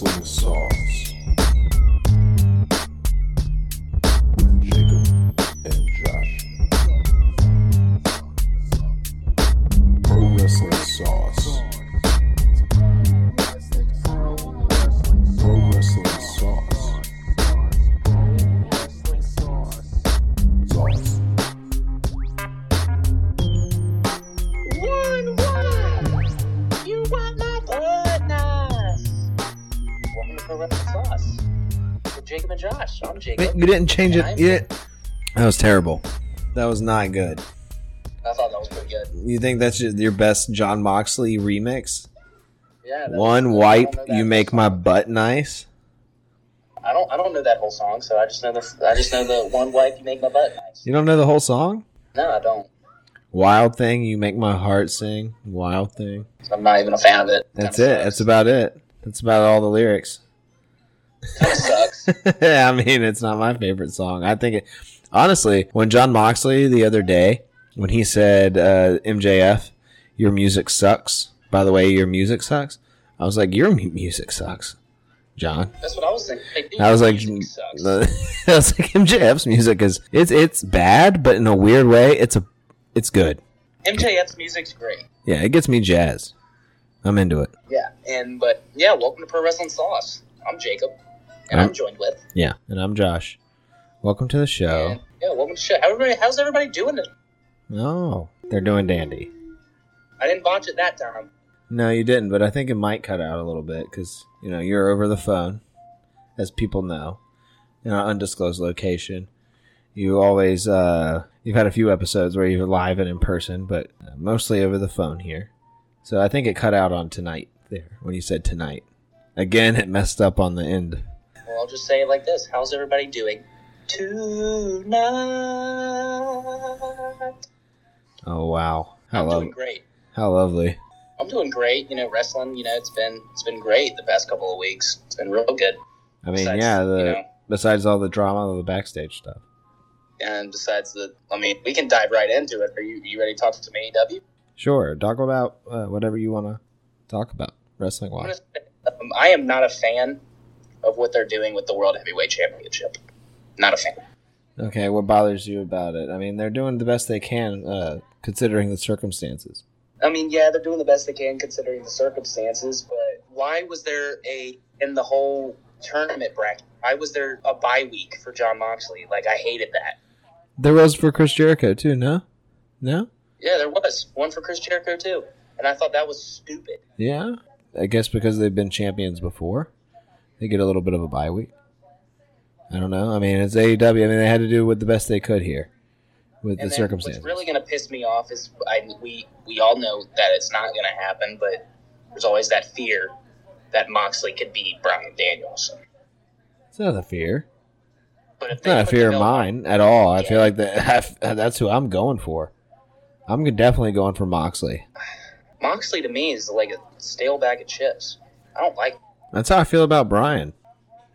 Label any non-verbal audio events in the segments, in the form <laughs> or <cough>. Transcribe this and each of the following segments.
sauce. Jacob and Josh. Pro Wrestling Sauce. Pro Wrestling Sauce. Sauce. One what? You want my goodness. Welcome to Pro Wrestling Sauce with Jacob and Josh. I'm Wait, Jacob. You didn't change Yeah, I- it. Yeah. That was terrible. That was not good. I thought that was pretty good. You think that's your- your best John Moxley remix? Yeah. that- I One don't wipe, know that you make whole my butt nice. song. I don't. I don't know that whole song, so I just know the. I just know the one wipe you make my butt nice. You don't know the whole song? No, I don't. Wild thing, you make my heart sing. Wild thing. I'm not even a fan of it. That's Kinda it. That's sucks. about it. That's about all the lyrics. Kinda sucks. <laughs> I mean, it's not my favorite song. I think it, honestly, when John Moxley the other day, when he said uh, MJF, your music sucks. By the way, your music sucks. I was like, your mu- music sucks, John. That's what I was thinking. Hey, dude, I was like, music sucks. <laughs> I was like, MJF's music is it's it's bad, but in a weird way, it's a it's good. MJF's music's great. Yeah, it gets me jazz. I'm into it. Yeah, and but yeah, welcome to Pro Wrestling Sauce. I'm Jacob, and Huh? I'm joined with. Yeah, and I'm Josh. Welcome to the show. And, yeah, welcome to the show. How Everybody, how's everybody doing? it? Oh, they're doing dandy. I didn't botch it that time. No, you didn't, but I think it might cut out a little bit because, you know, you're over the phone, as people know, in an undisclosed location. You always, uh, you've had a few episodes where you're live and in person, but uh, mostly over the phone here. So I think it cut out on tonight there when you said tonight. Again, it messed up on the end. Well, I'll just say it like this: How's everybody doing tonight? Oh, wow. How, I'm lo- doing great. how lovely. I'm doing great. You know, wrestling. You know, it's been it's been great the past couple of weeks. It's been real good. I mean, Besides, yeah, the, you know. besides all the drama of the backstage stuff. And besides the, I mean, we can dive right into it. Are you you ready to talk to me, W? Sure, talk about uh, whatever you want to talk about, wrestling I'm wise. gonna say, um, I am not a fan of what they're doing with the World Heavyweight Championship. Not a fan. Okay, what bothers you about it? I mean, they're doing the best they can, uh, considering the circumstances. I mean, yeah, they're doing the best they can considering the circumstances, but why was there a in the whole tournament bracket? Why was there a bye week for John Moxley? Like I hated that. There was for Chris Jericho too, no, no, Yeah, there was one for Chris Jericho too, and I thought that was stupid. yeah. I guess because they've been champions before, they get a little bit of a bye week. I don't know. I mean, it's AEW. I mean, they had to do with the best they could here, with And then the circumstances. What's really going to piss me off is I, we we all know that it's not going to happen, but there's always that fear that Moxley could beat Brian Daniels. it's not a fear. But if It's not a put the fear of belt- mine at all. I Yeah. feel like that. <laughs> That's who I'm going for. I'm definitely going for Moxley. Moxley to me is like a stale bag of chips. I don't like. That's how I feel about Brian.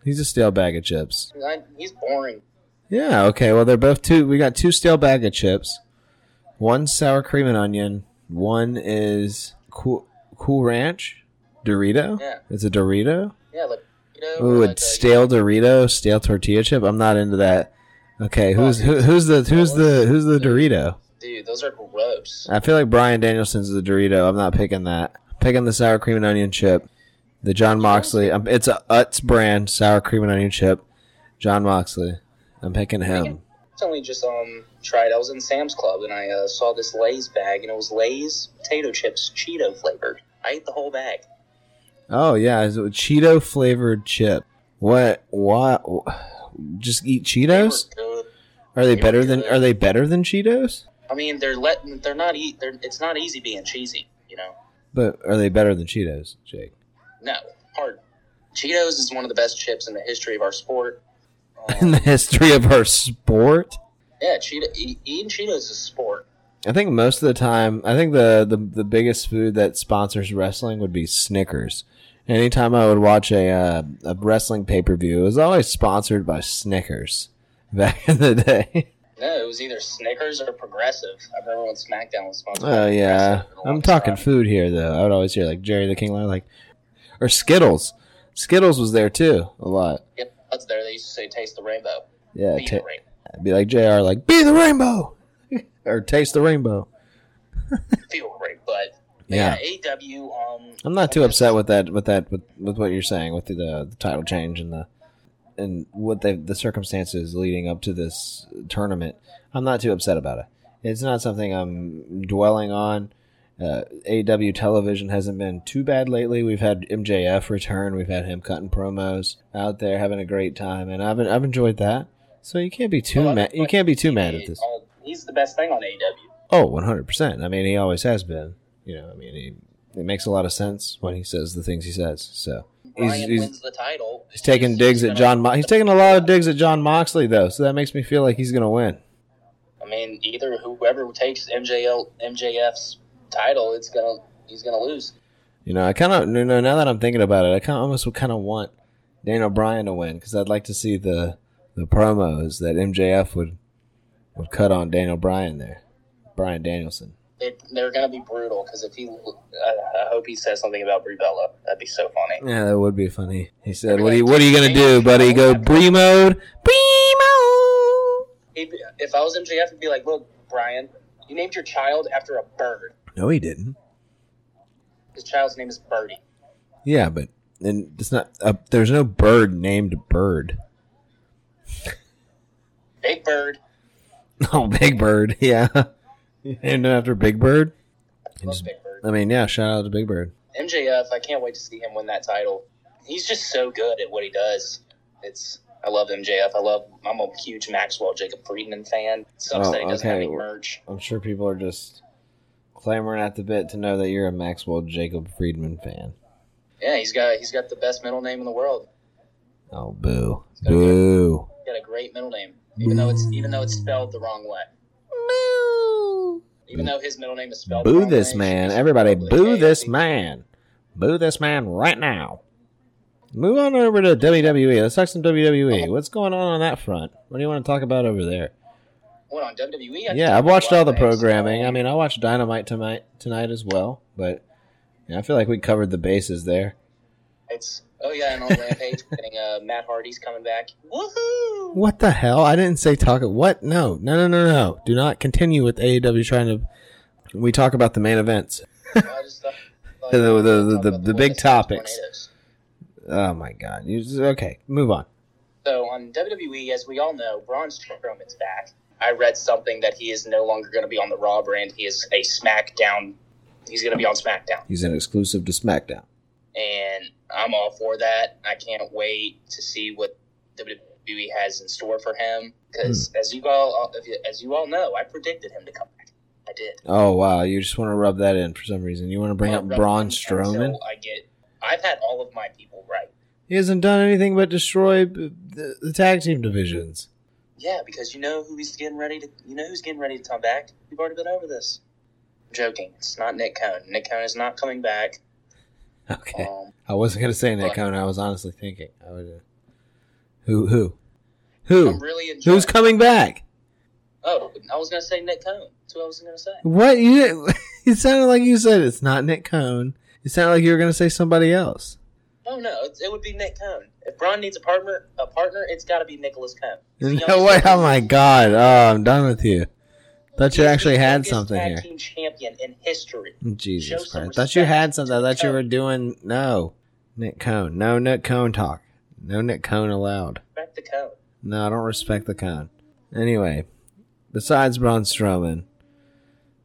He's a stale bag of chips. I, he's boring. Yeah, okay. Well, they're both two. We got two stale bag of chips. One sour cream and onion. One is cool, cool ranch Dorito. Yeah. It's a Dorito. Yeah, like you know. Ooh, like, it's stale Dorito, stale tortilla chip. I'm not into that. Okay, who's who, who's the who's the who's the Dorito? dude, those are gross. I feel like Brian Danielson's the Dorito. I'm not picking that. I'm picking the sour cream and onion chip. The John Moxley. I'm, it's a Utz brand sour cream and onion chip. John Moxley. I'm picking him. I only just um tried. I was in Sam's Club and I uh, saw this Lay's bag and it was Lay's potato chips, Cheeto flavored. I ate the whole bag. Oh yeah, it's a Cheeto flavored chip. What? What? Just eat They were Cheetos? good. Are they they were better than? good. Are they better than Cheetos? I mean, they're letting they're not eat. They're, it's not easy being cheesy, you know. But are they better than Cheetos, Jake? <laughs> No, hard. Cheetos is one of the best chips in the history of our sport. In Um, <laughs> the history of our sport. yeah, Cheeto, e- eating Cheetos is a sport. I think most of the time, I think the, the, the biggest food that sponsors wrestling would be Snickers. Anytime I would watch a, uh, a wrestling pay per view, it was always sponsored by Snickers <laughs> back in the day. No, it was either Snickers or Progressive. I remember when SmackDown was sponsored. by Oh, yeah. Progressive for the I'm longest talking time. food here, though. I would always hear, like, Jerry the King Lion, like, or Skittles. Skittles was there too a lot. Yep, that's there. They used to say taste the rainbow. Yeah, Be ta- the rainbow. be like Jr. Like be the <laughs> rainbow or taste the rainbow. Feel right, but Yeah. yeah, AEW. Um, I'm not too upset with that. With that. With, with what you're saying with the, the, title change and the and what the the circumstances leading up to this tournament. I'm not too upset about it. It's not something I'm dwelling on. Uh, AW television hasn't been too bad lately. We've had MJF return. We've had him cutting promos out there, having a great time, and I've I've enjoyed that. So you can't be too Well, I mad. think, You like, can't be too mad he- at this. uh, he's the best thing on AEW. Oh, 100%. I mean, he always has been. You know, I mean, he, it makes a lot of sense when he says the things he says. So he's, Brian he's, wins the title. he's taking digs at gonna- John. Mo- he's taking a lot of digs at John Moxley, though. So that makes me feel like he's going to win. I mean, either whoever takes MJL MJF's title, it's gonna he's gonna lose. You know, I kind of, you know, now that I'm thinking about it, I kind of almost would kind of want Daniel Bryan to win because I'd like to see the the promos that MJF would would cut on Daniel Bryan there, Bryan Danielson. They, they're gonna be brutal because if he, I, I hope he says something about Brie Bella. That'd be so funny. Yeah, that would be funny. He said, "What are you, what are you going to do, buddy? Go Bree mode, Bree mode." He'd be- If I was MJF, it'd be like, look, Brian, you named your child after a bird. No, he didn't. His child's name is Birdie. Yeah, but and it's not. Uh, there's no bird named <laughs> Bird. Big Bird. Oh, Big Bird. <laughs> Yeah, named him after Big Bird. I Love Big Bird. I mean, yeah. Shout out to Big Bird. MJF, I can't wait to see him win that title. He's just so good at what he does. It's I love MJF. I love. I'm a huge Maxwell Jacob Friedman fan. Sucks Oh, that he doesn't have okay. any merch. I'm sure people are just clamoring at the bit to know that you're a Maxwell Jacob Friedman fan. Yeah, he's got he's got the best middle name in the world. Oh, boo, gotta be- boo. He's got a great middle name, even though it's even though it's spelled the wrong way. Even Boo. though his middle name is spelled. the Boo wrong this way, man. it's Everybody spelled boo with a- this man. Boo this man right now. Move on over to WWE. Let's talk some WWE. Uh-huh. What's going on on that front? What do you want to talk about over there? What on WWE? I Yeah, I've watched watch all the things, programming. so- I mean, I watched Dynamite tonight tonight as well, but yeah, I feel like we covered the bases there. It's oh yeah, and on Rampage, we're getting uh, Matt Hardy's coming back. Woohoo! What the hell? I didn't say talk. What? No, no, no, no, no. Do not continue with AEW trying to. We talk about the main events. I just thought- The- the- the- thought the- about the big West topics. tornadoes. Oh my god. You, okay, move on. So on WWE, as we all know, Braun Strowman's back. I read something that he is no longer going to be on the Raw brand. He is a SmackDown. He's going to be on SmackDown, He's an exclusive to SmackDown. and I'm all for that. I can't wait to see what WWE has in store for him. Because Hmm. as you all, as you all know, I predicted him to come back. I did. Oh wow, you just want to rub that in for some reason. You want to bring up Until Braun Strowman? I get. I've had all of my people right. He hasn't done anything but destroy b- the, the tag team divisions. <laughs> Yeah, because you know who he's getting ready to. You know who's getting ready to come back. We've already been over this. joking. It's not Nick Cohn. Nick Cohn is not coming back. Okay, Um, I wasn't gonna say Nick Fuck. Cohen. I was honestly thinking. I would. Uh, who? Who? Who? I'm really enjoying. Who's coming back? oh, I was gonna say Nick Cohn. That's what I was gonna say. What you? <laughs> It sounded like you said it's not Nick Cohn. It sounded like you were gonna say somebody else. Oh no, it, it would be Nick Cohn. If Braun needs a partner, a partner, it's got to be Nicholas Cohn. He's the No youngest way! tag- Oh my god! Oh, I'm done with you. Thought you he's the actually had youngest something tag here. Team champion in history. Show Jesus some Christ! Thought you respect had something. I to thought you Cohn. were doing no Nick Cohn. No Nick Cohn talk. No Nick Cohn allowed. Back to Cohn. No, I don't respect the Cohn. Anyway, besides Braun Strowman,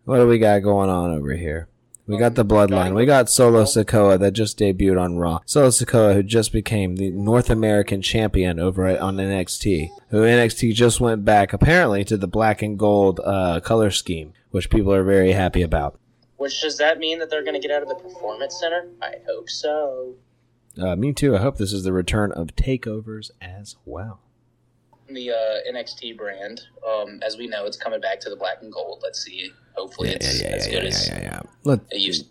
what do we got going on over here? We got the bloodline. We got Solo Sokoa that just debuted on Raw. Solo Sokoa, who just became the North American champion over at, on NXT, who NXT just went back apparently to the black and gold uh, color scheme, which people are very happy about. Which does that mean that they're gonna get out of the performance center? I hope so. Uh, me too. I hope this is the return of takeovers as well. the uh, NXT brand. Um, as we know, it's coming back to the black and gold. Let's see. Hopefully, it's as good as yeah. Let, it used.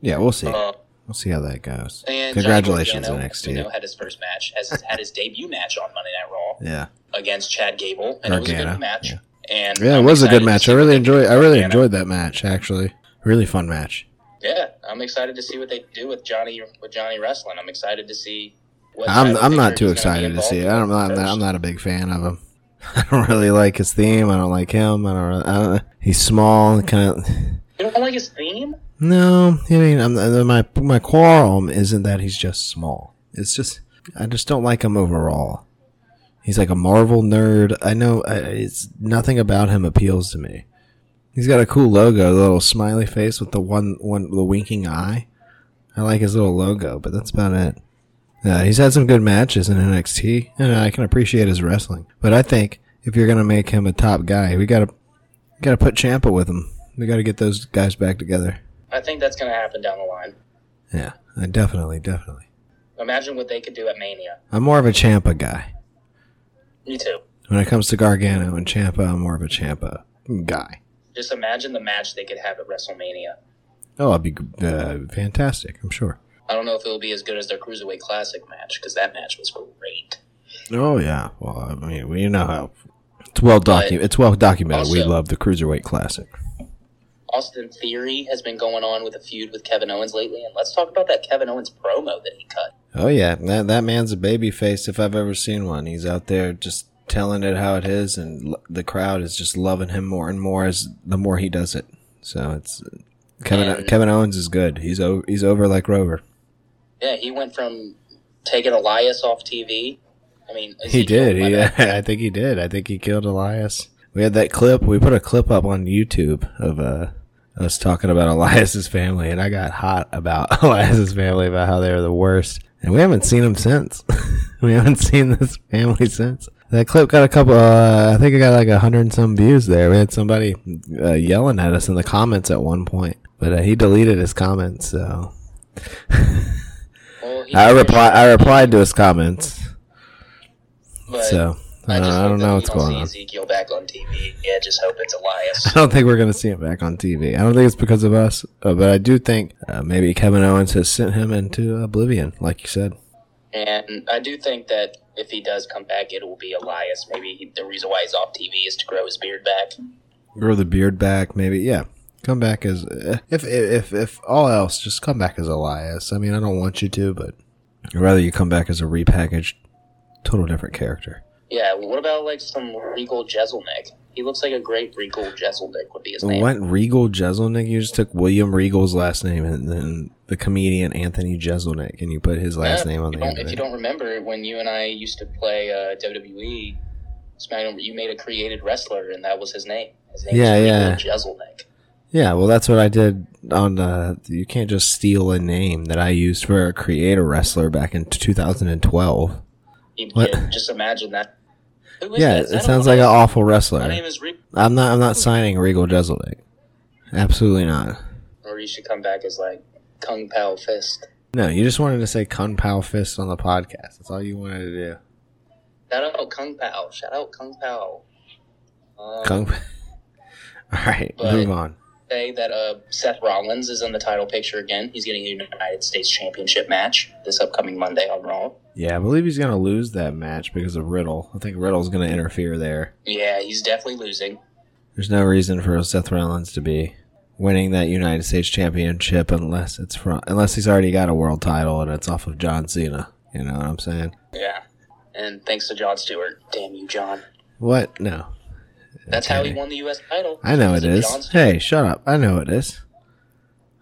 yeah, we'll see. to Uh, We'll see how that goes. and Congratulations, Johnny Gargano, NXT. You know, had his first match, has had his debut match on Monday Night Raw Yeah. against Chad Gable, and it was a Gargano, good match. yeah. And Yeah, it I'm was a good excited to match. see I what really they do enjoyed. with I really Gargano. enjoyed that match. Actually, really fun match. Yeah, I'm excited to see what they do with Johnny with Johnny wrestling. I'm excited to see. What I'm type of I'm not figure too he's gonna be excited to see it. I'm involved not with. I'm not a big fan of him. <laughs> I don't really like his theme. I don't like him. I don't. Really, I don't he's small. Kind of. You don't like his theme? No, I mean, I'm, uh, my my qualm isn't that he's just small. It's just I just don't like him overall. He's like a Marvel nerd. I know I, it's nothing about him appeals to me. He's got a cool logo, the little smiley face with the one one the winking eye. I like his little logo, but that's about it. Uh, he's had some good matches in NXT, and I can appreciate his wrestling. But I think if you're gonna make him a top guy, we gotta gotta put Champa with him. We gotta get those guys back together. I think that's going to happen down the line. Yeah, I definitely, definitely. Imagine what they could do at Mania. I'm more of a Champa guy. Me too. When it comes to Gargano and Champa, I'm more of a Champa guy. Just imagine the match they could have at WrestleMania. Oh, I'd be uh, fantastic. I'm sure. I don't know if it'll be as good as their Cruiserweight Classic match because that match was great. Oh yeah. Well, I mean, we know how it's well docu- But It's well documented. we also- love the cruiserweight classic. Austin Theory has been going on with a feud with Kevin Owens lately, and let's talk about that Kevin Owens promo that he cut. Oh yeah, that that man's a baby face if I've ever seen one. He's out there just telling it how it is, and l- the crowd is just loving him more and more as the more he does it. So it's Kevin. And- Kevin Owens is good. He's o- he's over like Rover. Yeah, he went from taking Elias off TV. I mean, He Ezekiel, did. my He, bad. <laughs> I think he did. I think he killed Elias. We had that clip. We put a clip up on YouTube of uh, us talking about <laughs> Elias's family, and I got hot about <laughs> Elias's family about how they were the worst. And we haven't seen them since. <laughs> we haven't seen this family since. That clip got a couple. Uh, I think it got like a hundred and some views there. We had somebody uh, yelling at us in the comments at one point, but uh, he deleted his comments. So Well, he I did, reply. I replied to his comments. but so I don't, just I hope don't that know we what's don't going see on. Ezekiel back on TV. Yeah, just hope it's <laughs> I Elias. don't think we're going to see him back on TV. I don't think it's because of us, uh, but I do think uh, maybe Kevin Owens has sent him into oblivion, like you said. And I do think that if he does come back, it will be Elias. Maybe he, the reason why he's off TV is to grow his beard back. Grow the beard back, maybe. Yeah, come back as eh, if if if, if all else, just come back as Elias. I mean, I don't want you to, but I'd rather you come back as a repackaged, total different character. Yeah, well, what about like some Regal Jezelnik? He looks like a great Regal Jezelnik would be his name. What Regal Jeselnik? You just took William Regal's last name and then the comedian Anthony Jeselnik, and you put his last Yeah, name on if the you don't- end. of If you it. don't remember, when you and I used to play uh, WWE, SmackDown, you made a created wrestler, and that was his name. His name Yeah, was yeah. Regal Jezelnik. Yeah, well, that's what I did on the. You can't just steal a name that I used for a creator wrestler back in 2012. You What? can just imagine that. Who is Yeah, this? I it don't sounds know. like an awful My wrestler. name is Regal. I'm not. I'm not signing Regal Jeselnik. Absolutely not. Or you should come back as like Kung Pao Fist. No, you just wanted to say Kun Pao Fist on the podcast. That's all you wanted to do. Shout out Kung Pao. Shout out Kung Pao. Um, Kung. <laughs> All right, But- move on. Say that uh, Seth Rollins is in the title picture again. He's getting a United States Championship match this upcoming Monday on Raw. Yeah, I believe he's gonna lose that match because of Riddle. I think Riddle's gonna interfere there. Yeah, he's definitely losing. There's no reason for Seth Rollins to be winning that United States Championship unless it's from unless he's already got a world title and it's off of John Cena. You know what I'm saying? Yeah. And thanks to John Stewart. Damn you, John. What? No. That's how he won the U.S. title. I know Because it of is. John Stewart. Hey, shut up. I know it is.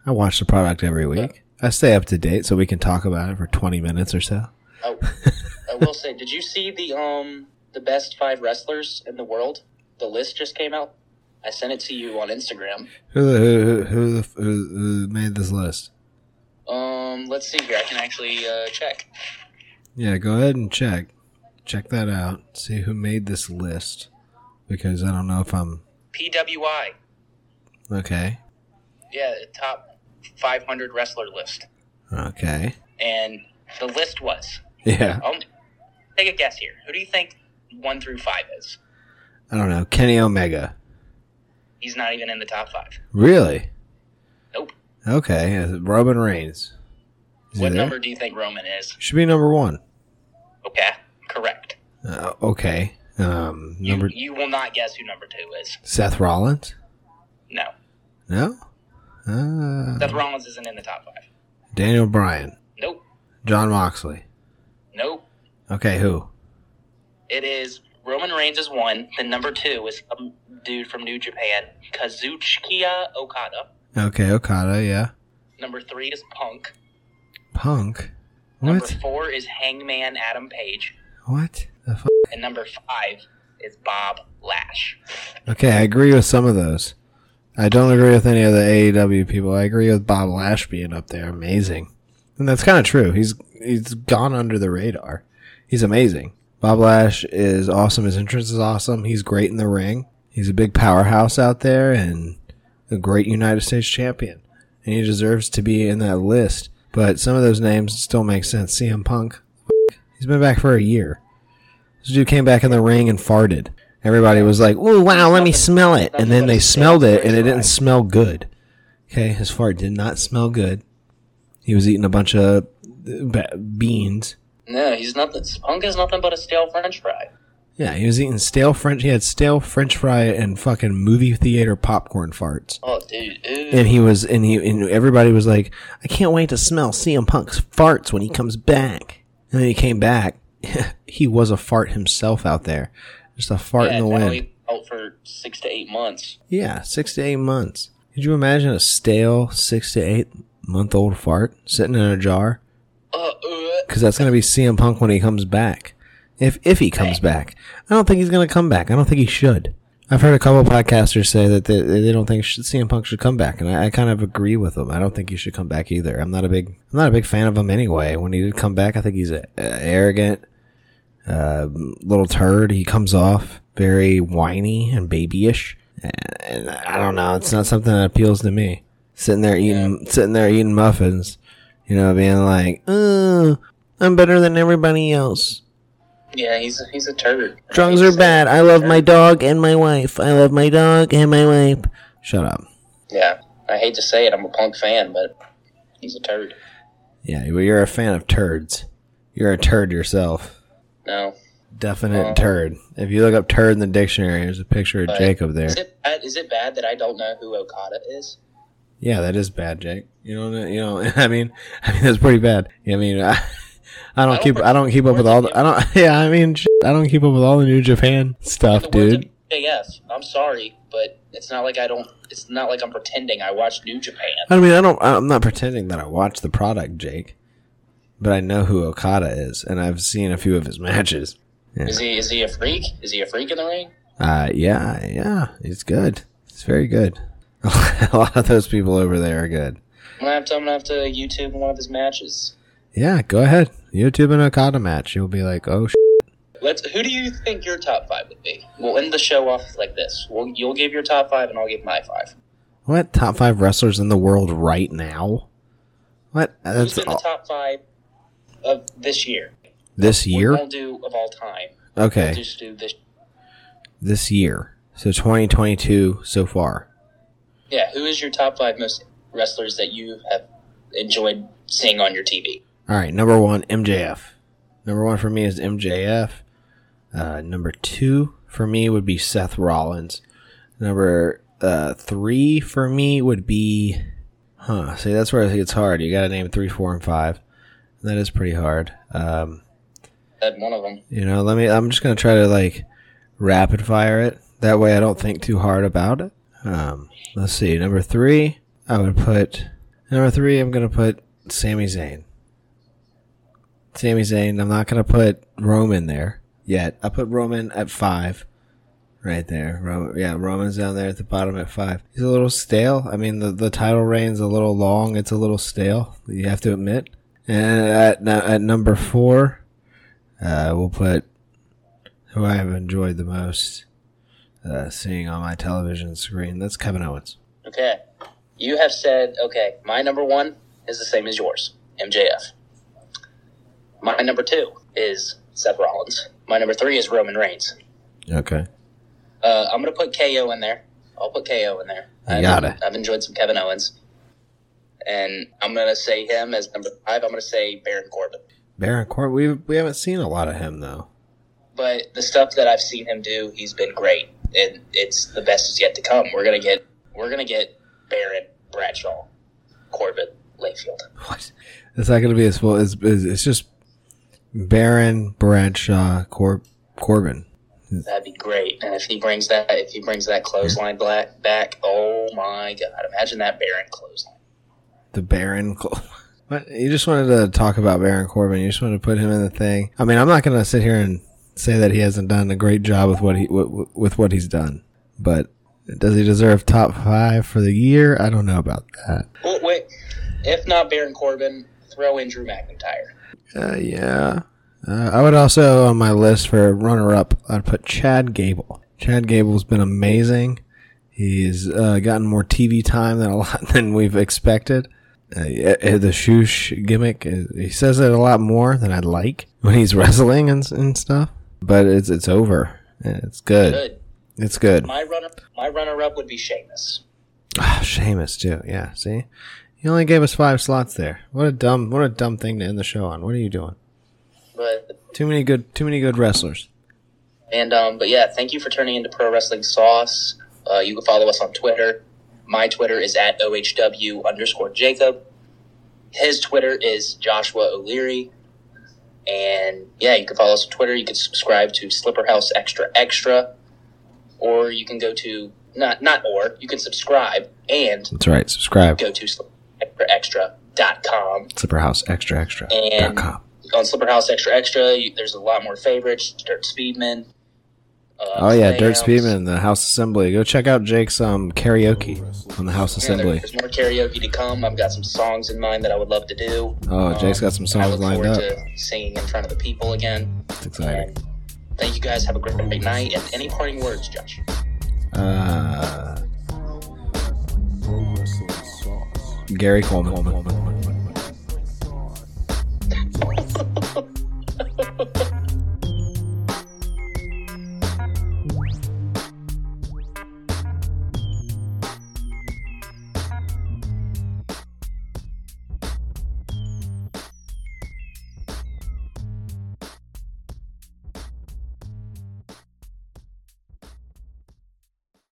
I watch the product every week. I stay up to date so we can talk about it for 20 minutes or so. Oh, I will say, did you see the um the best five wrestlers in the world? The list just came out. I sent it to you on Instagram. Who who who who, the f- who, who made this list? Um, let's see here. I can actually uh, check. Yeah, go ahead and check. Check that out. See who made this list because I don't know if I'm PWI. okay. Yeah, the top 500 wrestler list. Okay. <laughs> And the list was. Yeah. Um, take a guess here. Who do you think one through five is? I don't know. Kenny Omega. He's not even in the top five. Really? Nope. Okay. uh, Roman Reigns. Is he what there? number do you think Roman is? Should be number one. Okay, correct. Uh, okay. Um, You, number you will not guess who number two is. Seth Rollins. No. No. Uh, Seth Rollins isn't in the top five. Daniel Bryan, Nope. John Moxley. Nope. Okay, who? It is Roman Reigns is one. Then number two is some dude from New Japan, Kazuchika Okada. Okay, Okada. Yeah, Number three is Punk. Punk. Number What? four is Hangman Adam Page. What the f- And number five is Bob Lash. Okay, I agree with some of those. I don't agree with any of the AEW people. I agree with Bob Lash being up there. Amazing. And that's kind of true. He's he's gone under the radar. He's amazing. Bob Lash is awesome. His entrance is awesome. He's great in the ring. He's a big powerhouse out there and a great United States champion. And he deserves to be in that list. But some of those names still make sense. CM Punk, he's been back for a year. This dude came back in the ring and farted. Everybody was like, "Ooh, wow, let me smell it," and then they smelled it, and it didn't smell good. Okay, his fart did not smell good. He was eating a bunch of uh, ba- beans. No, he's nothing. Punk is nothing but a stale French fry. Yeah, he was eating stale French. He had stale French fry and fucking movie theater popcorn farts. Oh, dude. Ew. And he was, and he, and everybody was like, "I can't wait to smell CM Punk's farts when he comes back." And then he came back. <laughs> he was a fart himself out there, just a fart in the now wind. he's out for six to eight months. Yeah, six to eight months. Could you imagine a stale six to eight month old fart sitting in a jar? Uh, uh, Because that's going to be CM Punk when he comes back. If if he comes back, I don't think he's going to come back. I don't think he should. I've heard a couple podcasters say that they, they don't think sh CM Punk should come back, and I, I kind of agree with them. I don't think he should come back either. I'm not a big I'm not a big fan of him anyway. When he did come back, I think he's a, a arrogant uh, little turd. He comes off very whiny and babyish, and, and I don't know. It's not something that appeals to me. Sitting there eating sitting there eating muffins, you know, being like, "Oh, I'm better than everybody else." yeah, he's a, he's a turd. Drugs He's are a- bad. I love my dog and my wife. I love my dog and my wife. Shut up. Yeah, I hate to say it. I'm a punk fan, but he's a turd. Yeah, well, you're a fan of turds. You're a turd yourself. No. Definite turd. If you look up turd in the dictionary, there's a picture of Right. Jacob there. Is it bad? Is it bad that I don't know who Okada is? Yeah, that is bad, Jake. You know, you know. <laughs> I mean, I mean that's pretty bad. I mean, <laughs> I, I don't don't keep, I don't keep up with all. The, I don't. <laughs> Yeah, I mean, shit, I don't keep up with all the New Japan The stuff, words of dude. JF. I'm sorry, but it's not like I don't. It's not like I'm pretending I watch New <laughs> Japan. I mean, I don't. I'm not pretending that I watch the product, Jake. But I know who Okada is, and I've seen a few of his <laughs> matches. Yeah. Is he? Is he a freak? Is he a freak in the ring? Uh, yeah, yeah, it's good. It's very good. <laughs> a lot of those people over there are good. I'm gonna have to. I'm gonna have to YouTube one of his matches. Yeah, go ahead. YouTube an Okada match. You'll be like, oh, shit. Let's. Who do you think your top five would be? We'll end the show off like this. We'll, you'll give your top five, and I'll give my five. what top five wrestlers in the world right now? What? Who's That's in the all- top five of this year? this We year. won't do of all time. We'll Okay, just do this. this year. So 2022 so far. Yeah. Who is your top five most wrestlers that you have enjoyed seeing on your TV? All right, number one, MJF. Number one for me is MJF. Uh, number two for me would be Seth Rollins. Number uh, three for me would be, huh? See, that's where it gets hard. You got to name three, four, and five. That is pretty hard. Um, Said one of them. you know, let me. I'm just gonna try to like rapid fire it. That way, I don't think too hard about it. Um, let's see. Number three, I would put. Number three, I'm gonna put Sami Zayn. Sami Zayn. I'm not gonna put Roman there yet. I put Roman at five, right there. Roman, yeah, Roman's down there at the bottom at five. He's a little stale. I mean, the the title reign's a little long. It's a little stale. You have to admit. And at at number four, uh, we'll put who I have enjoyed the most uh, seeing on my television screen. That's Kevin Owens. Okay. You have said, okay, my number one is the same as yours, MJF. My number two is Seth Rollins. My number three is Roman Reigns. Okay. Uh, I'm going to put KO in there. I'll put KO in there. You gotta. I've enjoyed some Kevin Owens. And I'm going to say him as number five. I'm going to say Baron Corbin. Baron Corbin. We we haven't seen a lot of him though. <laughs> But the stuff that I've seen him do, he's been great. And it's the best is yet to come. We're going to get, we're going to get Baron Bradshaw. Corbett Layfield. What? It's not going to be as full. It's, it's, it's just Baron Bradshaw Cor- Corbin. That'd be great. And if he brings that, if he brings that clothesline black back, oh my god! Imagine that Baron clothesline. The Baron. Col- <laughs> What? You just wanted to talk about Baron Corbin. You just wanted to put him in the thing. I mean, I'm not going to sit here and say that he hasn't done a great job with what he with, with what he's done, but does he deserve top five for the year? I don't know about that. Well, wait, if not Baron Corbin, throw in Drew McIntyre. Uh, yeah. Uh, I would also on my list for runner up. I'd put Chad Gable. Chad Gable's been amazing. He's uh, gotten more TV time than a <laughs> lot than we've expected. Uh, yeah, uh, the shoosh gimmick, is, he says it a lot more than I'd like when he's <laughs> wrestling and, s- and stuff. But it's it's over. Yeah, It's good. Good. It's good. My runner, my runner up would be Sheamus. Ah, Sheamus too. Yeah. See, he only gave us five slots there. What a dumb what a dumb thing to end the show on. What are you doing? But Too many good too many good wrestlers. and um, but yeah, thank you for turning into Pro Wrestling Sauce. Uh, you can follow us on Twitter. My Twitter is at ohw underscore Jacob. His Twitter is Joshua O'Leary. And yeah, you can follow us on Twitter. You can subscribe to Slipper House Extra Extra, or you can go to not not or you can subscribe and That's right. Subscribe. go to slipperextraextra.com Slipperhouse extra extra dot And- com. on Slipper House Extra Extra. You, there's a lot more favorites. Dirt Speedman. Uh, Oh yeah, Dirt Playhouse. Speedman, the House Assembly. Go check out Jake's um karaoke on the House Yeah, there- Assembly. there's more karaoke to come. I've got some songs in mind that I would love to do. Um, Oh, Jake's got some I songs look lined forward up. to singing in front of the people again. It's exciting. And thank you guys. Have a great, great night. And any parting words, Josh? <laughs> Uh, Pro wrestling sauce. Gary Coleman.